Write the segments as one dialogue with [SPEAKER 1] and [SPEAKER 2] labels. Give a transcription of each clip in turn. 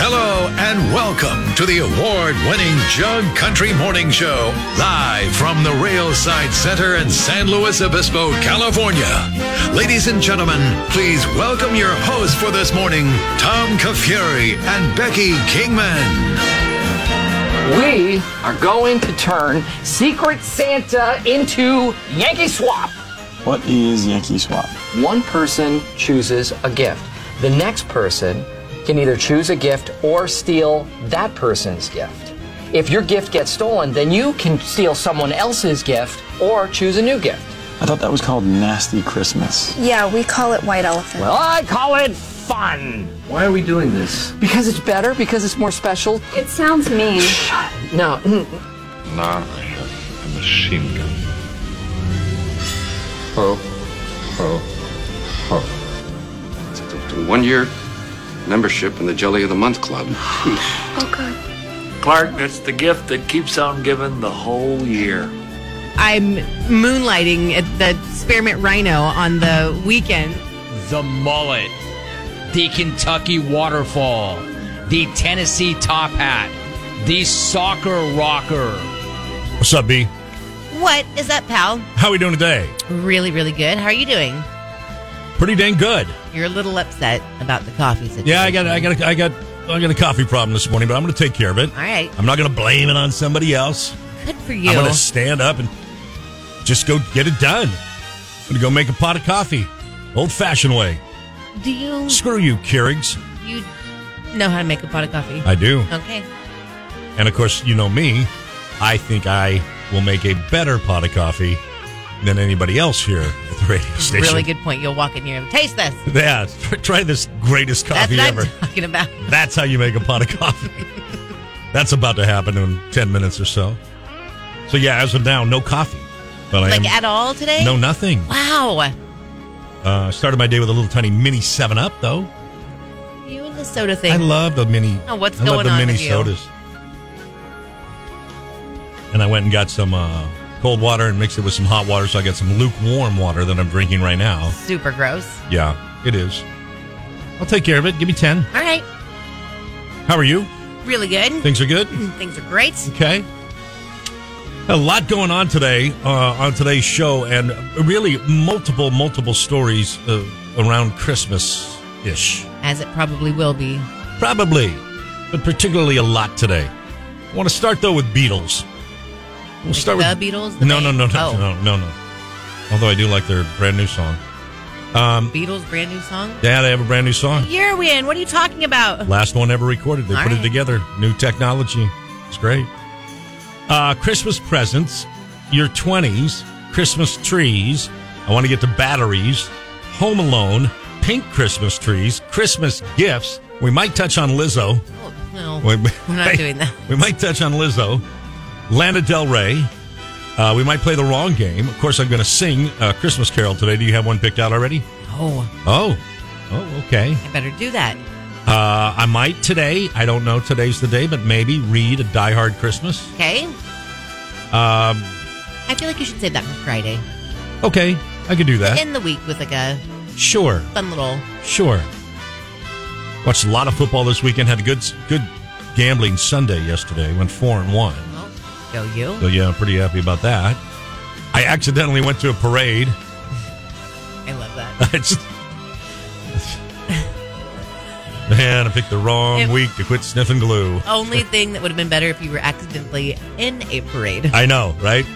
[SPEAKER 1] Hello and welcome to the award winning Jug Country Morning Show, live from the Railside Center in San Luis Obispo, California. Ladies and gentlemen, please welcome your hosts for this morning, Tom Kafuri and Becky Kingman.
[SPEAKER 2] We are going to turn Secret Santa into Yankee Swap.
[SPEAKER 3] What is Yankee Swap?
[SPEAKER 2] One person chooses a gift. The next person can either choose a gift or steal that person's gift. If your gift gets stolen, then you can steal someone else's gift or choose a new gift.
[SPEAKER 3] I thought that was called Nasty Christmas.
[SPEAKER 4] Yeah, we call it white elephant.
[SPEAKER 2] Well, I call it fun
[SPEAKER 5] Why are we doing this?
[SPEAKER 2] because it's better, because it's more special.
[SPEAKER 4] it sounds mean.
[SPEAKER 2] No,
[SPEAKER 6] Now I have a machine gun.
[SPEAKER 7] Ho, ho, ho. It's up to one year membership in the Jelly of the Month Club.
[SPEAKER 5] Clark, that's the gift that keeps on giving the whole year.
[SPEAKER 8] I'm moonlighting at the Spearmint Rhino on the weekend.
[SPEAKER 9] the mullet, the Kentucky waterfall, the Tennessee top hat, the soccer rocker.
[SPEAKER 10] What's up, B?
[SPEAKER 8] What is that, pal?
[SPEAKER 10] How we doing today?
[SPEAKER 8] Really, really good. How are you doing?
[SPEAKER 10] Pretty dang good.
[SPEAKER 8] You're a little upset about the coffee situation.
[SPEAKER 10] Yeah, I got, I got, a, I got, I got a coffee problem this morning, but I'm going to take care of it.
[SPEAKER 8] All right.
[SPEAKER 10] I'm not going to blame it on somebody else.
[SPEAKER 8] Good for you.
[SPEAKER 10] I'm going to stand up and just go get it done. I'm going to go make a pot of coffee, old fashioned way.
[SPEAKER 8] Do you
[SPEAKER 10] Screw you, Keurigs.
[SPEAKER 8] you know how to make a pot of coffee?
[SPEAKER 10] I do,
[SPEAKER 8] Okay.
[SPEAKER 10] and of course, you know me. I think I will make a better pot of coffee than anybody else here at the radio station.
[SPEAKER 8] Really good point. You'll walk in here and taste this.
[SPEAKER 10] Yeah, try this greatest
[SPEAKER 8] That's
[SPEAKER 10] coffee
[SPEAKER 8] what
[SPEAKER 10] ever.
[SPEAKER 8] I'm talking about.
[SPEAKER 10] That's how you make a pot of coffee. That's about to happen in 10 minutes or so. So, yeah, as of now, no coffee. But I
[SPEAKER 8] Like
[SPEAKER 10] am,
[SPEAKER 8] at all today?
[SPEAKER 10] No, nothing.
[SPEAKER 8] Wow.
[SPEAKER 10] Uh, started my day with a little tiny mini 7 Up, though.
[SPEAKER 8] You and the soda thing.
[SPEAKER 10] I love the mini.
[SPEAKER 8] Oh, what's
[SPEAKER 10] I love
[SPEAKER 8] going
[SPEAKER 10] the
[SPEAKER 8] on
[SPEAKER 10] mini
[SPEAKER 8] with you?
[SPEAKER 10] sodas. And I went and got some uh, cold water and mixed it with some hot water. So, I got some lukewarm water that I'm drinking right now.
[SPEAKER 8] Super gross.
[SPEAKER 10] Oh. Yeah, it is. I'll take care of it. Give me 10.
[SPEAKER 8] All right.
[SPEAKER 10] How are you?
[SPEAKER 8] Really good. Mm,
[SPEAKER 10] Things are good?
[SPEAKER 8] Things are great.
[SPEAKER 10] Okay. A lot going on today uh, on today's show, and really multiple, multiple stories uh, around Christmas ish.
[SPEAKER 8] As it probably will be.
[SPEAKER 10] Probably, but particularly a lot today. I want to start though with Beatles. We'll
[SPEAKER 8] Like the Beatles, the
[SPEAKER 10] no, no,
[SPEAKER 8] band?
[SPEAKER 10] no, no,
[SPEAKER 8] Oh.
[SPEAKER 10] no, no, no. Although I do like their brand new song. Um,
[SPEAKER 8] Oh, Beatles brand new song.
[SPEAKER 10] yeah, they have a brand new song.
[SPEAKER 8] Year win. What are you talking about?
[SPEAKER 10] Last one ever recorded. They
[SPEAKER 8] All
[SPEAKER 10] put it
[SPEAKER 8] right.
[SPEAKER 10] together. New technology. It's great. Uh, Christmas presents, your 20s, Christmas trees. I want to get to batteries, Home Alone, pink Christmas trees, Christmas gifts. We might touch on Lizzo.
[SPEAKER 8] Oh, no.
[SPEAKER 10] We-
[SPEAKER 8] We're not doing that.
[SPEAKER 10] We might touch on Lizzo, Lana Del Rey. Uh, we might play the wrong game. Of course, I'm going to sing uh, Christmas Carol today. Do you have one picked out already?
[SPEAKER 8] Oh,
[SPEAKER 10] Oh, oh, okay.
[SPEAKER 8] I better do that.
[SPEAKER 10] Uh, I might today. I don't know. Today's the day, but maybe read a Die Hard Christmas.
[SPEAKER 8] Okay.
[SPEAKER 10] Um,
[SPEAKER 8] I feel like you should save that for Friday.
[SPEAKER 10] okay, I could do that.
[SPEAKER 8] End the week with like a
[SPEAKER 10] Sure,
[SPEAKER 8] fun little.
[SPEAKER 10] sure. Watched a lot of football this weekend. Had a good, good gambling Sunday yesterday. Went four and one.
[SPEAKER 8] Oh, go you.
[SPEAKER 10] So yeah, I'm pretty happy about that. I accidentally went to a parade.
[SPEAKER 8] I love that.
[SPEAKER 10] I just, man, I picked the wrong
[SPEAKER 8] It-
[SPEAKER 10] week to quit sniffing glue.
[SPEAKER 8] Only thing that would have been better if you were accidentally in a parade.
[SPEAKER 10] I know, right?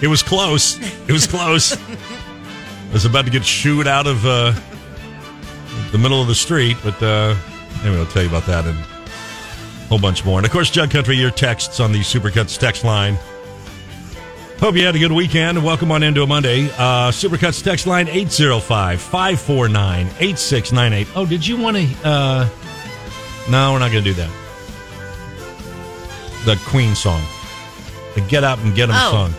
[SPEAKER 10] It was close. It was close. I was about to get shooed out of uh, the middle of the street, but uh, anyway, I'll tell you about that and a whole bunch more. And of course, Jug Country, your texts on the Supercuts text line. Hope you had a good weekend and welcome on into a Monday. Uh, Supercuts text line 805 549 8698. Oh, did you want to? Uh, no, we're not going to do that. The Queen song. The Get Up and Get 'Em
[SPEAKER 8] Oh.
[SPEAKER 10] song.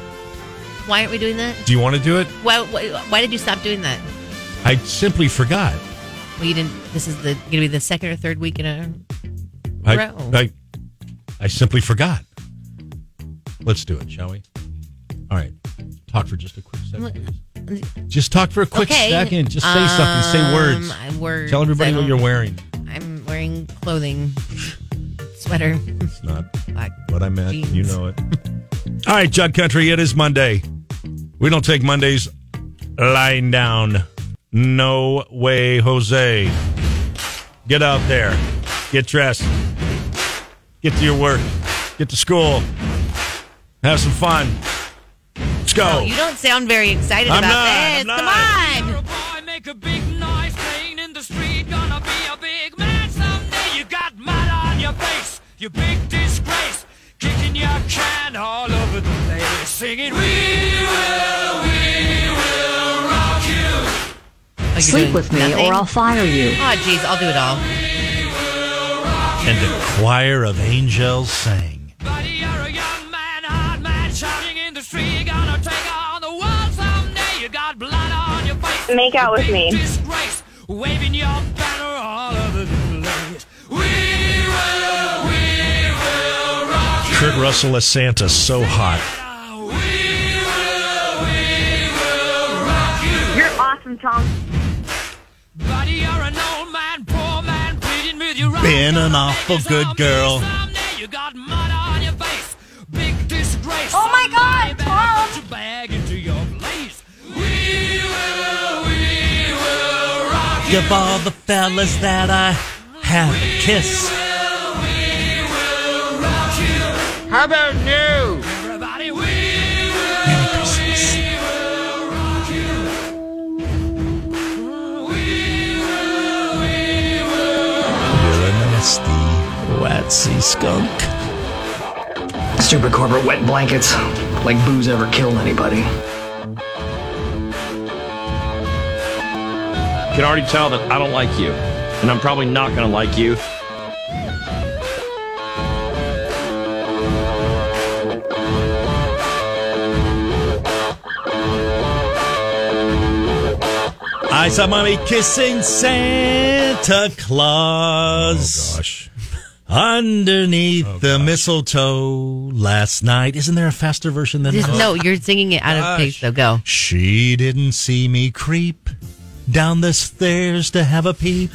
[SPEAKER 8] Why aren't we doing that?
[SPEAKER 10] Do you want to do it?
[SPEAKER 8] Why, why, why did you stop doing that?
[SPEAKER 10] I simply forgot.
[SPEAKER 8] Well, you didn't. This is the going to be the second or third week in a.
[SPEAKER 10] I,
[SPEAKER 8] Bro.
[SPEAKER 10] I, I simply forgot. Let's do it, shall we? All right. Talk for just a quick second. please. Just talk for a quick
[SPEAKER 8] Okay.
[SPEAKER 10] second. Just say something. Say words.
[SPEAKER 8] Um, I- um, words.
[SPEAKER 10] Tell everybody
[SPEAKER 8] I
[SPEAKER 10] what
[SPEAKER 8] don't-
[SPEAKER 10] you're wearing.
[SPEAKER 8] I'm wearing clothing, sweater,
[SPEAKER 10] It's not
[SPEAKER 8] black.
[SPEAKER 10] what I meant.
[SPEAKER 8] Jeans.
[SPEAKER 10] You know it. All right, Jug Country. It is Monday. We don't take Mondays lying down. No way, Jose. Get out there. Get dressed. Get to your work. Get to school. Have some fun. Let's go.
[SPEAKER 8] Oh, you don't sound very excited
[SPEAKER 10] I'm
[SPEAKER 8] about
[SPEAKER 10] not,
[SPEAKER 8] this.
[SPEAKER 10] I'm not.
[SPEAKER 8] Come on.
[SPEAKER 9] Make a big noise playing in the street. Gonna be a big man someday. You got mud on your face, you big disgrace. Kicking your can all over the place. Singing, We will, we will rock you.
[SPEAKER 8] Oh, you're doing
[SPEAKER 11] Sleep with me
[SPEAKER 8] nothing?
[SPEAKER 11] or I'll fire you.
[SPEAKER 8] Oh, jeez, I'll do it all.
[SPEAKER 10] And the choir of angels sang.
[SPEAKER 9] Buddy, you're a young man, hard man, shouting in the street. Gonna take on the world someday. You got blood on your face.
[SPEAKER 12] Make out with me.
[SPEAKER 9] Disgrace, waving your banner all over the place. We will, we will rock you.
[SPEAKER 13] Kurt Russell as Santa, so hot.
[SPEAKER 12] You're awesome, Tom.
[SPEAKER 9] Buddy, you're an old man, poor man, pleading with you right
[SPEAKER 13] Been an
[SPEAKER 9] now.
[SPEAKER 13] awful good girl.
[SPEAKER 9] Someday you got mud on your face. Big disgrace.
[SPEAKER 12] Oh my God,
[SPEAKER 9] Somebody better put your bag into your place. We will, we will rock you.
[SPEAKER 13] Give all the fellas that I have a kiss.
[SPEAKER 9] How about you? Everybody, we will, we will rock you. We will, we will.
[SPEAKER 13] You're a nasty, watsy skunk.
[SPEAKER 2] Stupid corporate wet blankets. Like booze ever killed anybody.
[SPEAKER 14] can already tell that I don't like you, and I'm probably not going to like you.
[SPEAKER 13] I saw mommy kissing Santa
[SPEAKER 10] Oh,
[SPEAKER 13] Claus. Underneath the mistletoe last night. Isn't there a faster version than
[SPEAKER 8] Just-
[SPEAKER 13] that?
[SPEAKER 8] no, you're singing it out of place. So go.
[SPEAKER 13] She didn't see me creep down the stairs to have a peep.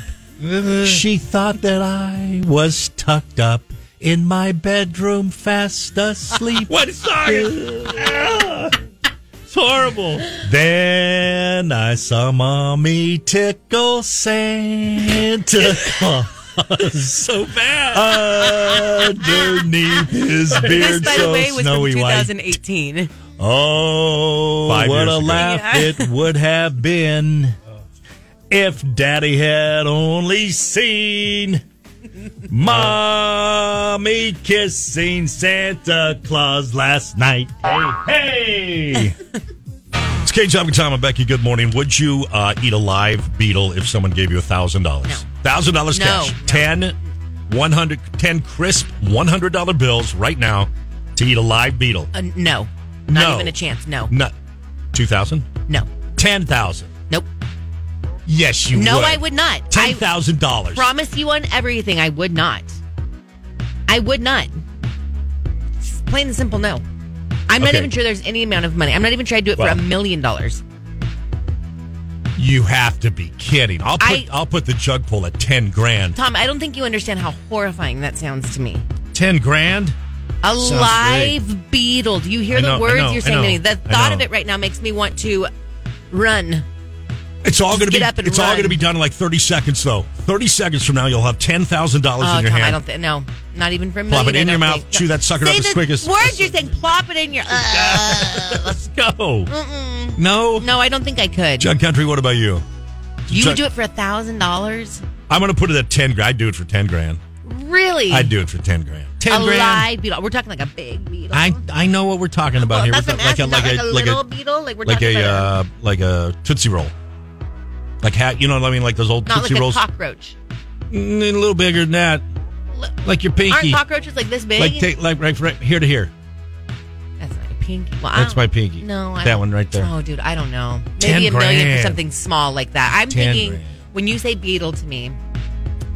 [SPEAKER 13] she thought that I was tucked up in my bedroom fast asleep.
[SPEAKER 9] What song?
[SPEAKER 13] It's horrible. Then I saw mommy tickle Santa Claus. so bad. Underneath his
[SPEAKER 8] This,
[SPEAKER 13] beard,
[SPEAKER 8] by
[SPEAKER 13] so
[SPEAKER 8] the way, was from
[SPEAKER 13] snowy white.
[SPEAKER 8] 2018.
[SPEAKER 13] Oh,
[SPEAKER 10] Five
[SPEAKER 13] what
[SPEAKER 10] years
[SPEAKER 13] a
[SPEAKER 10] ago.
[SPEAKER 13] laugh it would have been if Daddy had only seen Mommy kissing Santa Claus last night. Hey, hey!
[SPEAKER 10] It's Kate Job and Tom and Becky. Good morning. Would you uh, eat a live beetle if someone gave you a thousand dollars? Thousand dollars
[SPEAKER 8] No.
[SPEAKER 10] cash.
[SPEAKER 8] No.
[SPEAKER 10] Ten, one hundred, ten crisp one hundred dollar bills right now to eat a live beetle.
[SPEAKER 8] Uh, no, not
[SPEAKER 10] No.
[SPEAKER 8] even a chance. No,
[SPEAKER 10] Not two thousand.
[SPEAKER 8] no,
[SPEAKER 10] Ten thousand.
[SPEAKER 8] Nope.
[SPEAKER 10] Yes, you.
[SPEAKER 8] no.
[SPEAKER 10] would.
[SPEAKER 8] I would not.
[SPEAKER 10] Ten thousand
[SPEAKER 8] I
[SPEAKER 10] dollars.
[SPEAKER 8] promise you on everything, I would not. I would not. It's plain and simple, no. I'm not
[SPEAKER 10] Okay.
[SPEAKER 8] even sure there's any amount of money. I'm not even sure I'd do it
[SPEAKER 10] Well.
[SPEAKER 8] for a million dollars.
[SPEAKER 10] You have to be kidding. I'll put
[SPEAKER 8] I-
[SPEAKER 10] I'll put the jug pull at ten grand.
[SPEAKER 8] Tom, I don't think you understand how horrifying that sounds to me.
[SPEAKER 10] Ten grand.
[SPEAKER 8] A
[SPEAKER 10] Sounds
[SPEAKER 8] live beetle. Do you hear
[SPEAKER 10] I know, I
[SPEAKER 8] the words
[SPEAKER 10] know, I
[SPEAKER 8] you're saying to
[SPEAKER 10] know,
[SPEAKER 8] me? The
[SPEAKER 10] I
[SPEAKER 8] thought
[SPEAKER 10] know.
[SPEAKER 8] of it right now makes me want to run.
[SPEAKER 10] It's all going to
[SPEAKER 8] get
[SPEAKER 10] be.
[SPEAKER 8] up and
[SPEAKER 10] It's all
[SPEAKER 8] run.
[SPEAKER 10] going to be done in like thirty seconds, though. Thirty seconds from now, you'll have ten thousand dollars
[SPEAKER 8] Oh,
[SPEAKER 10] in your
[SPEAKER 8] Tom,
[SPEAKER 10] hand.
[SPEAKER 8] I don't think. No, not even for a million.
[SPEAKER 10] Plop it
[SPEAKER 8] I
[SPEAKER 10] in your
[SPEAKER 8] don't
[SPEAKER 10] mouth.
[SPEAKER 8] think.
[SPEAKER 10] Chew that sucker
[SPEAKER 8] Say
[SPEAKER 10] up as
[SPEAKER 8] the
[SPEAKER 10] quick as.
[SPEAKER 8] words you're saying. Plop it in your. Uh,
[SPEAKER 10] Go.
[SPEAKER 8] mm-mm.
[SPEAKER 10] No.
[SPEAKER 8] No, I don't think I could.
[SPEAKER 10] Jug Country, what about you?
[SPEAKER 8] You
[SPEAKER 10] Jug-
[SPEAKER 8] would do it for a thousand dollars?
[SPEAKER 10] I'm going to put it at 10 grand. I'd do it for 10 grand.
[SPEAKER 8] Really?
[SPEAKER 10] I'd do it for 10 grand.
[SPEAKER 8] a live beetle. We're talking like a big beetle.
[SPEAKER 10] I, I know what we're talking about here.
[SPEAKER 8] That's
[SPEAKER 10] We're
[SPEAKER 8] what
[SPEAKER 10] talking-
[SPEAKER 8] I'm asking, not like a little beetle. Like we're
[SPEAKER 10] like
[SPEAKER 8] talking
[SPEAKER 10] a
[SPEAKER 8] about
[SPEAKER 10] uh, like a tootsie roll, like hat. You know what I mean? Like those old
[SPEAKER 8] not
[SPEAKER 10] tootsie
[SPEAKER 8] like
[SPEAKER 10] rolls.
[SPEAKER 8] a cockroach.
[SPEAKER 10] Mm, a little bigger than that. Like your pinky.
[SPEAKER 8] Aren't cockroaches like this big?
[SPEAKER 10] Like take like right, right here to here.
[SPEAKER 8] That's not a pinky? Well, I
[SPEAKER 10] That's
[SPEAKER 8] don't-
[SPEAKER 10] my pinky.
[SPEAKER 8] No, I
[SPEAKER 10] that
[SPEAKER 8] don't-
[SPEAKER 10] one right there.
[SPEAKER 8] Oh, dude, I don't know.
[SPEAKER 10] Ten
[SPEAKER 8] Maybe a million
[SPEAKER 10] grand.
[SPEAKER 8] for something small like that. I'm
[SPEAKER 10] Ten
[SPEAKER 8] thinking when you say beetle to me,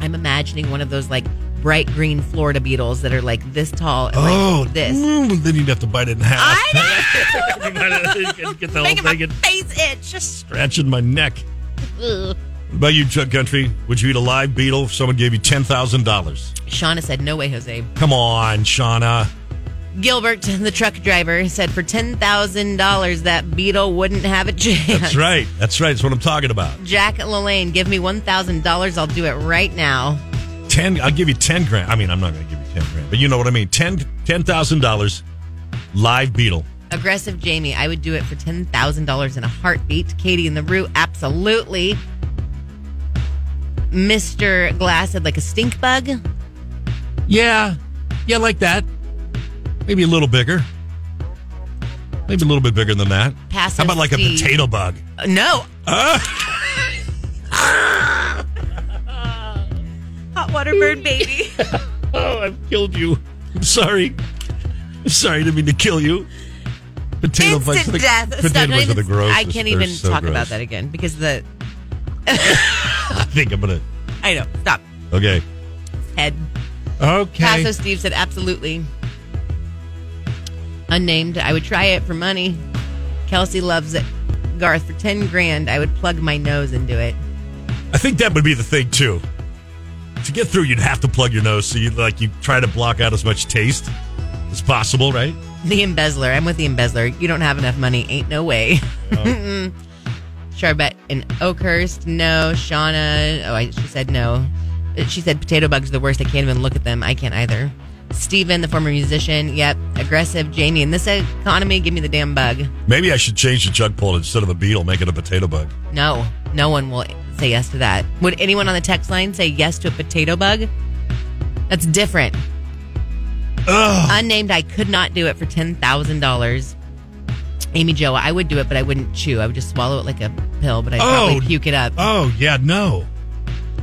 [SPEAKER 8] I'm imagining one of those like bright green Florida beetles that are like this tall and
[SPEAKER 10] oh,
[SPEAKER 8] like this.
[SPEAKER 10] mm, then you'd have to bite it in half.
[SPEAKER 8] Get
[SPEAKER 10] the whole
[SPEAKER 8] Making my
[SPEAKER 10] thing in-
[SPEAKER 8] face itch. Just
[SPEAKER 10] Scratching my neck. What about you, Chuck Country? Would you eat a live beetle if someone gave you ten thousand dollars?
[SPEAKER 8] Shauna said, "No way, Jose."
[SPEAKER 10] Come on, Shauna.
[SPEAKER 8] Gilbert, the truck driver, said for ten thousand dollars that beetle wouldn't have a chance.
[SPEAKER 10] That's right. That's right. That's what I'm talking about.
[SPEAKER 8] Jack Lalanne, give me one thousand dollars. I'll do it right now.
[SPEAKER 10] Ten. I'll give you ten grand. I mean, I'm not going to give you ten grand, but you know what I mean. Ten. Ten thousand dollars. Live beetle.
[SPEAKER 8] Aggressive Jamie, I would do it for ten thousand dollars in a heartbeat. Katie in the Roo, absolutely. Mister Glass said like a stink bug.
[SPEAKER 10] Yeah. Yeah, like that. Maybe a little bigger. Maybe a little bit bigger than that.
[SPEAKER 8] Passive
[SPEAKER 10] How about like
[SPEAKER 8] Steve.
[SPEAKER 10] a potato bug?
[SPEAKER 8] Uh, No,
[SPEAKER 10] Ah!
[SPEAKER 8] hot water bird baby.
[SPEAKER 10] oh, I've killed you. I'm sorry. I'm sorry to mean to kill you. Potato bugs. are
[SPEAKER 8] Instant
[SPEAKER 10] the-
[SPEAKER 8] death.
[SPEAKER 10] Potato
[SPEAKER 8] Stop, not
[SPEAKER 10] bugs are
[SPEAKER 8] even-
[SPEAKER 10] the grossest.
[SPEAKER 8] I can't
[SPEAKER 10] They're
[SPEAKER 8] even
[SPEAKER 10] so
[SPEAKER 8] talk
[SPEAKER 10] gross.
[SPEAKER 8] about that again because the
[SPEAKER 10] I think I'm gonna.
[SPEAKER 8] I know. Stop.
[SPEAKER 10] Okay.
[SPEAKER 8] Head.
[SPEAKER 10] Okay.
[SPEAKER 8] Passive Steve said absolutely. Unnamed, I would try it for money. Kelsey loves it. Garth, for 10 grand, I would plug my nose into it.
[SPEAKER 10] I think that would be the thing too. To get through, you'd have to plug your nose, so you like you try to block out as much taste as possible, right?
[SPEAKER 8] The embezzler. I'm with the embezzler. You don't have enough money. Ain't no way. Mm-mm. Charbet and Oakhurst. No. Shauna. Oh, I, she said no. Uh, She said potato bugs are the worst. I can't even look at them. I can't either. Steven, the former musician. Yep. Aggressive. Jamie, in this economy, give me the damn bug.
[SPEAKER 10] Maybe I should change the jug pull instead of a beetle, make it a potato bug.
[SPEAKER 8] No. No one will say yes to that. Would anyone on the text line say yes to a potato bug? That's different. Unnamed, I could not do it for ten thousand dollars. Amy Joa, I would do it, but I wouldn't chew. I would just swallow it like a pill, but I'd
[SPEAKER 10] Oh.
[SPEAKER 8] probably puke it up.
[SPEAKER 10] Oh yeah, no.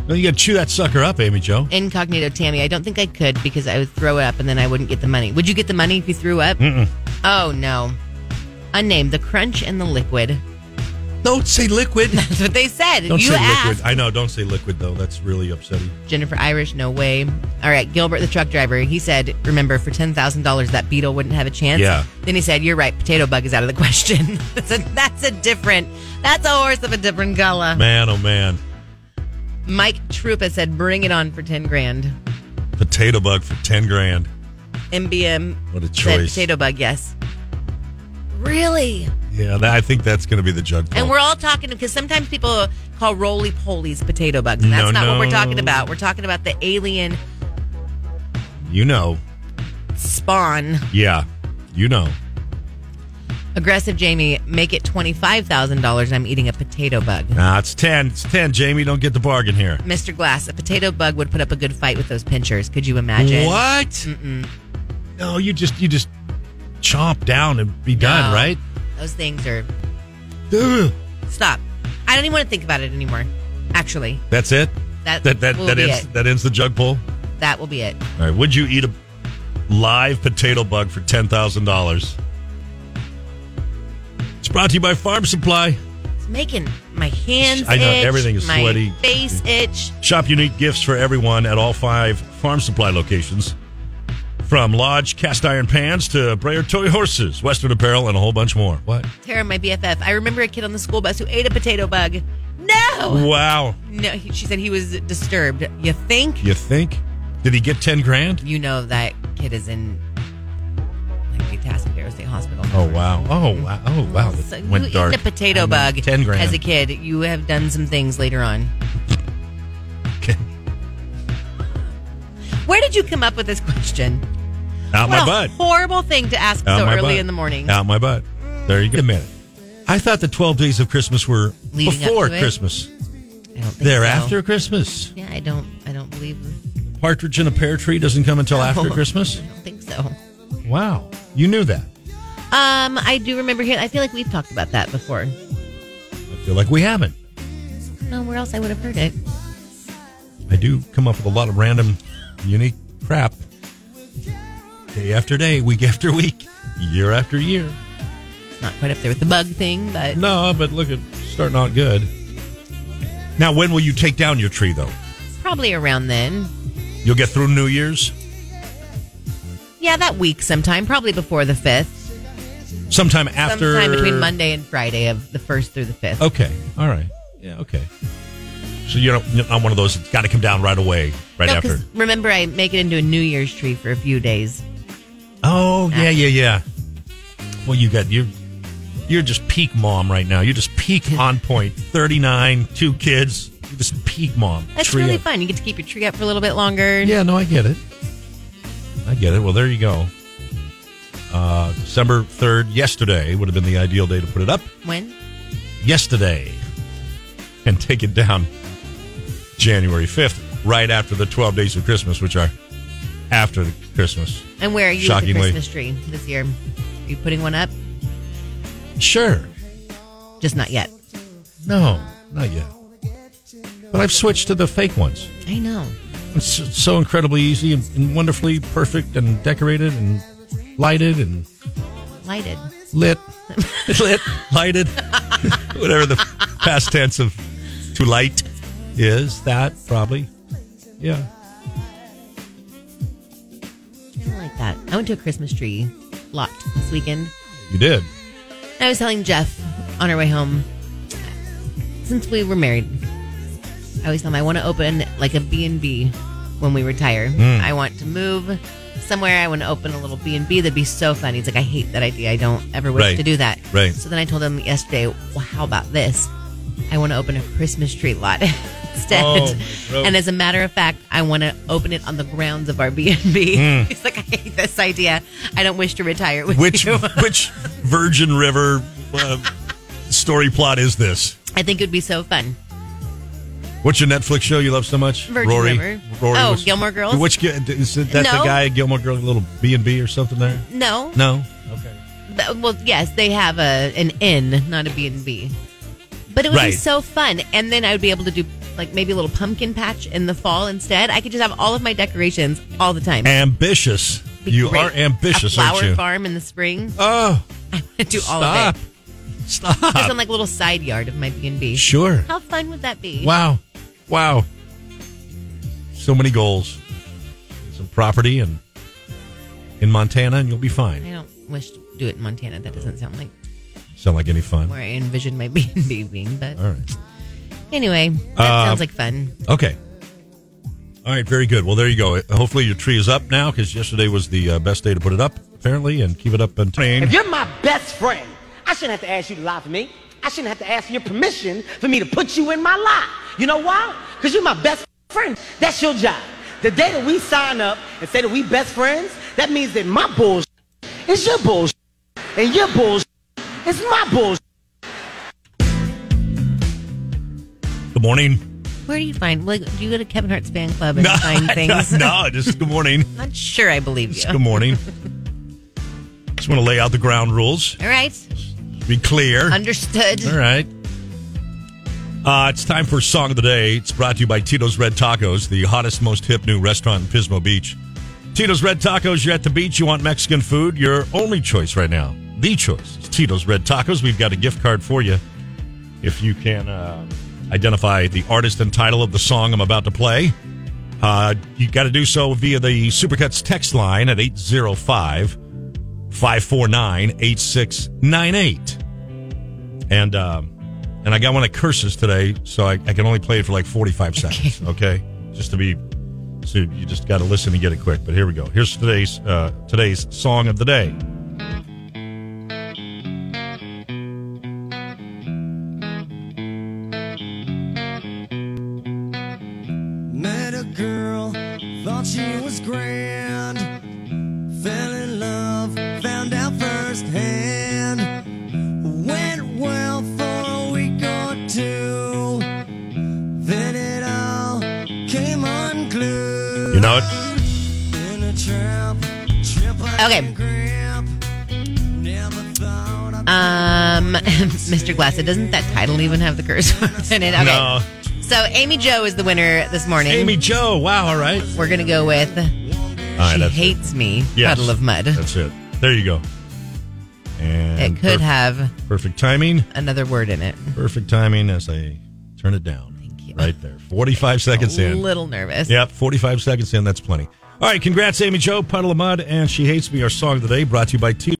[SPEAKER 10] No, you got to chew that sucker up, Amy Joe.
[SPEAKER 8] Incognito Tammy, I don't think I could because I would throw it up and then I wouldn't get the money. Would you get the money if you threw up?
[SPEAKER 10] Mm-mm.
[SPEAKER 8] Oh no. Unnamed, the crunch and the liquid.
[SPEAKER 10] Don't say liquid.
[SPEAKER 8] That's what they said.
[SPEAKER 10] Don't
[SPEAKER 8] you
[SPEAKER 10] say
[SPEAKER 8] asked.
[SPEAKER 10] liquid. I know. Don't say liquid though. That's really upsetting.
[SPEAKER 8] Jennifer Irish, no way. All right, Gilbert, the truck driver, he said, remember, for $10,000, that beetle wouldn't have a chance.
[SPEAKER 10] Yeah.
[SPEAKER 8] Then he said, you're right, potato bug is out of the question. that's, a, that's a different, that's a horse of a different color.
[SPEAKER 10] Man, oh man,
[SPEAKER 8] Mike Trupa said, bring it on for 10 grand.
[SPEAKER 10] potato bug for ten grand.
[SPEAKER 8] MBM
[SPEAKER 10] What a
[SPEAKER 8] said,
[SPEAKER 10] choice.
[SPEAKER 8] potato bug, yes. Really?
[SPEAKER 10] Yeah, that, I think that's going to be the jug.
[SPEAKER 8] And we're all talking, because sometimes people call roly polies potato bugs, and that's
[SPEAKER 10] No,
[SPEAKER 8] not what we're
[SPEAKER 10] no.
[SPEAKER 8] talking about. We're talking about the alien
[SPEAKER 10] you know,
[SPEAKER 8] spawn.
[SPEAKER 10] yeah, you know.
[SPEAKER 8] Aggressive Jamie, make it $25,000 and I'm eating a potato bug.
[SPEAKER 10] Nah, it's ten. It's ten. Jamie, don't get the bargain here.
[SPEAKER 8] Mr. Glass, a potato bug would put up a good fight with those pinchers. Could you imagine?
[SPEAKER 10] What?
[SPEAKER 8] Mm-mm.
[SPEAKER 10] No, you just you just chomp down and be done,
[SPEAKER 8] No.
[SPEAKER 10] right?
[SPEAKER 8] Those things are.
[SPEAKER 10] Ugh.
[SPEAKER 8] Stop. I don't even want to think about it anymore. Actually,
[SPEAKER 10] That's it.
[SPEAKER 8] That
[SPEAKER 10] that that,
[SPEAKER 8] will
[SPEAKER 10] that
[SPEAKER 8] be
[SPEAKER 10] ends
[SPEAKER 8] it.
[SPEAKER 10] that ends the jug pull.
[SPEAKER 8] that will be it.
[SPEAKER 10] All right. Would you eat a live potato bug for ten thousand dollars? It's brought to you by Farm Supply.
[SPEAKER 8] It's making my hands
[SPEAKER 10] I know,
[SPEAKER 8] itch,
[SPEAKER 10] everything is
[SPEAKER 8] my
[SPEAKER 10] sweaty.
[SPEAKER 8] face itch.
[SPEAKER 10] Shop unique gifts for everyone at all five Farm Supply locations. From Lodge cast iron pans to Brayer toy horses, Western apparel, and a whole bunch more. What?
[SPEAKER 8] Tara, my BFF, I remember a kid on the school bus who ate a potato bug. No!
[SPEAKER 10] Wow.
[SPEAKER 8] No, he, she said he was disturbed. You think?
[SPEAKER 10] You think? Did he get 10 grand?
[SPEAKER 8] You know that kid is in like the Atascadero State Hospital.
[SPEAKER 10] Oh, wow. Oh, wow. Oh, wow. That
[SPEAKER 8] So
[SPEAKER 10] went
[SPEAKER 8] you
[SPEAKER 10] dark.
[SPEAKER 8] eat a potato
[SPEAKER 10] I know.
[SPEAKER 8] bug
[SPEAKER 10] 10 grand.
[SPEAKER 8] as a kid. You have done some things later on.
[SPEAKER 10] Okay.
[SPEAKER 8] Where did you come up with this question?
[SPEAKER 10] Out
[SPEAKER 8] what
[SPEAKER 10] my
[SPEAKER 8] a
[SPEAKER 10] butt.
[SPEAKER 8] horrible thing to ask
[SPEAKER 10] Out
[SPEAKER 8] so
[SPEAKER 10] my
[SPEAKER 8] early
[SPEAKER 10] butt.
[SPEAKER 8] in the morning.
[SPEAKER 10] Out my butt. There you go. Wait A minute. I thought the 12 days of Christmas were
[SPEAKER 8] Leading up
[SPEAKER 10] before
[SPEAKER 8] to it?
[SPEAKER 10] Christmas.
[SPEAKER 8] I don't think
[SPEAKER 10] They're
[SPEAKER 8] so.
[SPEAKER 10] after Christmas.
[SPEAKER 8] Yeah, I don't. I don't believe.
[SPEAKER 10] Partridge in a Pear Tree doesn't come until after
[SPEAKER 8] No.
[SPEAKER 10] Christmas.
[SPEAKER 8] I don't think so.
[SPEAKER 10] Wow. You knew that.
[SPEAKER 8] Um, I do remember here. I feel like we've talked about that before.
[SPEAKER 10] I feel like we haven't.
[SPEAKER 8] Nowhere else I would have heard it.
[SPEAKER 10] I do come up with a lot of random, unique crap day after day, week after week. year after year.
[SPEAKER 8] Not quite up there with the bug thing, but
[SPEAKER 10] no. But look at starting out good. Now, when will you take down your tree, though?
[SPEAKER 8] probably around then.
[SPEAKER 10] You'll get through New Year's
[SPEAKER 8] Yeah, that week sometime, probably before the 5th.
[SPEAKER 10] sometime after.
[SPEAKER 8] Sometime between Monday and Friday of the 1st through the 5th.
[SPEAKER 10] Okay, all right, yeah, okay. So you're not, you're not one of those that's got to come down right away, right
[SPEAKER 8] No,
[SPEAKER 10] after.
[SPEAKER 8] 'cause Remember, I make it into a New Year's tree for a few days.
[SPEAKER 10] Oh yeah, yeah, yeah. Well, you got you. You're just peak mom right now. You're just peak on point. Thirty nine, two kids. You're just peak mom.
[SPEAKER 8] That's
[SPEAKER 10] Trio.
[SPEAKER 8] really fun. You get to keep your tree up for a little bit longer.
[SPEAKER 10] Yeah, no, I get it. I get it. Well, there you go. Uh, December third, yesterday would have been the ideal day to put it up.
[SPEAKER 8] When?
[SPEAKER 10] Yesterday, and take it down January fifth, right after the twelve days of Christmas, which are after Christmas.
[SPEAKER 8] And where are you with the
[SPEAKER 10] Shockingly.
[SPEAKER 8] Christmas tree this year? Are you putting one up?
[SPEAKER 10] Sure.
[SPEAKER 8] Just not yet.
[SPEAKER 10] No, not yet. But I've switched to the fake ones.
[SPEAKER 8] I know.
[SPEAKER 10] It's so incredibly easy and, and wonderfully perfect and decorated and lighted and
[SPEAKER 8] Lighted.
[SPEAKER 10] lit, lit, lighted, whatever the past tense of to light is. That probably, yeah.
[SPEAKER 8] I like that. I went to a Christmas tree lot this weekend.
[SPEAKER 10] You did.
[SPEAKER 8] I was telling Jeff on our way home, since we were married, I always tell him I want to open like a B&B when we retire.
[SPEAKER 11] Mm.
[SPEAKER 8] I want to move somewhere. I want to open a little B&B. That'd be so fun. He's like, I hate that idea. I don't ever wish
[SPEAKER 11] Right.
[SPEAKER 8] to do that.
[SPEAKER 11] Right.
[SPEAKER 8] So then I told him yesterday, well, how about this? I want to open a Christmas tree lot instead.
[SPEAKER 11] Oh, bro.
[SPEAKER 8] and as a matter of fact, I want to open it on the grounds of our B&B.
[SPEAKER 11] Hmm.
[SPEAKER 10] Mm.
[SPEAKER 8] He's like, I hate this idea. I don't wish to retire with
[SPEAKER 10] Which
[SPEAKER 8] you.
[SPEAKER 10] which Virgin River uh, story plot is this?
[SPEAKER 8] I think it would be so fun.
[SPEAKER 10] What's your Netflix show you love so much?
[SPEAKER 8] Virgin
[SPEAKER 10] Rory.
[SPEAKER 8] River.
[SPEAKER 10] Rory
[SPEAKER 8] Oh,
[SPEAKER 10] was-
[SPEAKER 8] Gilmore Girls?
[SPEAKER 10] Which is that the
[SPEAKER 8] No.
[SPEAKER 10] guy Gilmore Girls little B and B or something there?
[SPEAKER 8] No.
[SPEAKER 10] No.
[SPEAKER 8] Th- Well, yes, they have a an inn, not a B and B. But it would be
[SPEAKER 10] Right.
[SPEAKER 8] so fun, and then I would be able to do like maybe a little pumpkin patch in the fall instead. I could just have all of my decorations all the time.
[SPEAKER 10] Ambitious.
[SPEAKER 8] Be
[SPEAKER 10] you
[SPEAKER 8] great.
[SPEAKER 10] are ambitious,
[SPEAKER 8] a flower
[SPEAKER 10] aren't you?
[SPEAKER 8] farm in the spring.
[SPEAKER 10] Oh,
[SPEAKER 8] I want to do all
[SPEAKER 10] Stop.
[SPEAKER 8] of it.
[SPEAKER 10] Stop.
[SPEAKER 8] Just on like a little side yard of my B and B.
[SPEAKER 10] Sure.
[SPEAKER 8] How fun would that be?
[SPEAKER 10] Wow. Wow. So many goals. Some property and in Montana and you'll be
[SPEAKER 8] I
[SPEAKER 10] fine.
[SPEAKER 8] don't wish to do it in Montana. That doesn't sound like
[SPEAKER 10] Sound like any fun.
[SPEAKER 8] where I envision my B and B being. But
[SPEAKER 10] All right.
[SPEAKER 8] anyway, that
[SPEAKER 10] Uh,
[SPEAKER 8] sounds like fun.
[SPEAKER 10] Okay. All right, very good. Well, there you go. Hopefully your tree is up now because yesterday was the uh, best day to put it up, apparently, and keep it up until.
[SPEAKER 15] If you're my best friend, I shouldn't have to ask you to lie for me. I shouldn't have to ask your permission for me to put you in my lot. You know why? Because you're my best friend. That's your job. The day that we sign up and say that we best friends, that means that my bullshit is your bullshit. And your bullshit is my bullshit.
[SPEAKER 10] Good morning.
[SPEAKER 8] Where do you find? Like, do you go to Kevin Hart's fan club and find things?
[SPEAKER 10] no, just good morning.
[SPEAKER 8] Not sure I believe you.
[SPEAKER 10] Just good morning. Just want to lay out the ground rules.
[SPEAKER 8] All right.
[SPEAKER 10] Be clear.
[SPEAKER 8] Understood.
[SPEAKER 10] All right. Uh, it's time for Song of the Day. It's brought to you by Tito's Red Tacos, the hottest, most hip new restaurant in Pismo Beach. Tito's Red Tacos, you're at the beach, you want Mexican food, your only choice right now, the choice is Tito's Red Tacos. We've got a gift card for you if you can uh, identify the artist and title of the song I'm about to play. Uh, you got to do so via the Supercuts text line at 805 549 8698 and um, and I got one that curses today, so I, I can only play it for like forty five seconds. Okay, just to be, so you just got to listen and get it quick. But here we go. Here's today's uh, today's song of the day.
[SPEAKER 16] Met a girl, thought she was grand. Fell in love, found out firsthand. Went well for a week or two. Then it all came unglued.
[SPEAKER 10] You know it.
[SPEAKER 16] In a trap, trip I
[SPEAKER 8] Okay. Um, Mr. Glass, doesn't that title even have the curse words in it? Okay.
[SPEAKER 10] No.
[SPEAKER 8] So Amy Joe is the winner this morning.
[SPEAKER 10] Amy Joe. Wow. All right.
[SPEAKER 8] We're gonna go with
[SPEAKER 10] All right,
[SPEAKER 8] She
[SPEAKER 10] that's it.
[SPEAKER 8] Hates Me, Puddle of Mud.
[SPEAKER 10] That's it. There you go. And
[SPEAKER 8] It could
[SPEAKER 10] perf-
[SPEAKER 8] have
[SPEAKER 10] perfect timing.
[SPEAKER 8] another word in it.
[SPEAKER 10] Perfect timing as I turn it down. Right there. 45 seconds
[SPEAKER 8] A
[SPEAKER 10] in.
[SPEAKER 8] little nervous.
[SPEAKER 10] Yep, 45 seconds in. That's plenty. All right, congrats, Amy Joe, Puddle of Mud, and She Hates Me, our song of the day, brought to you by T.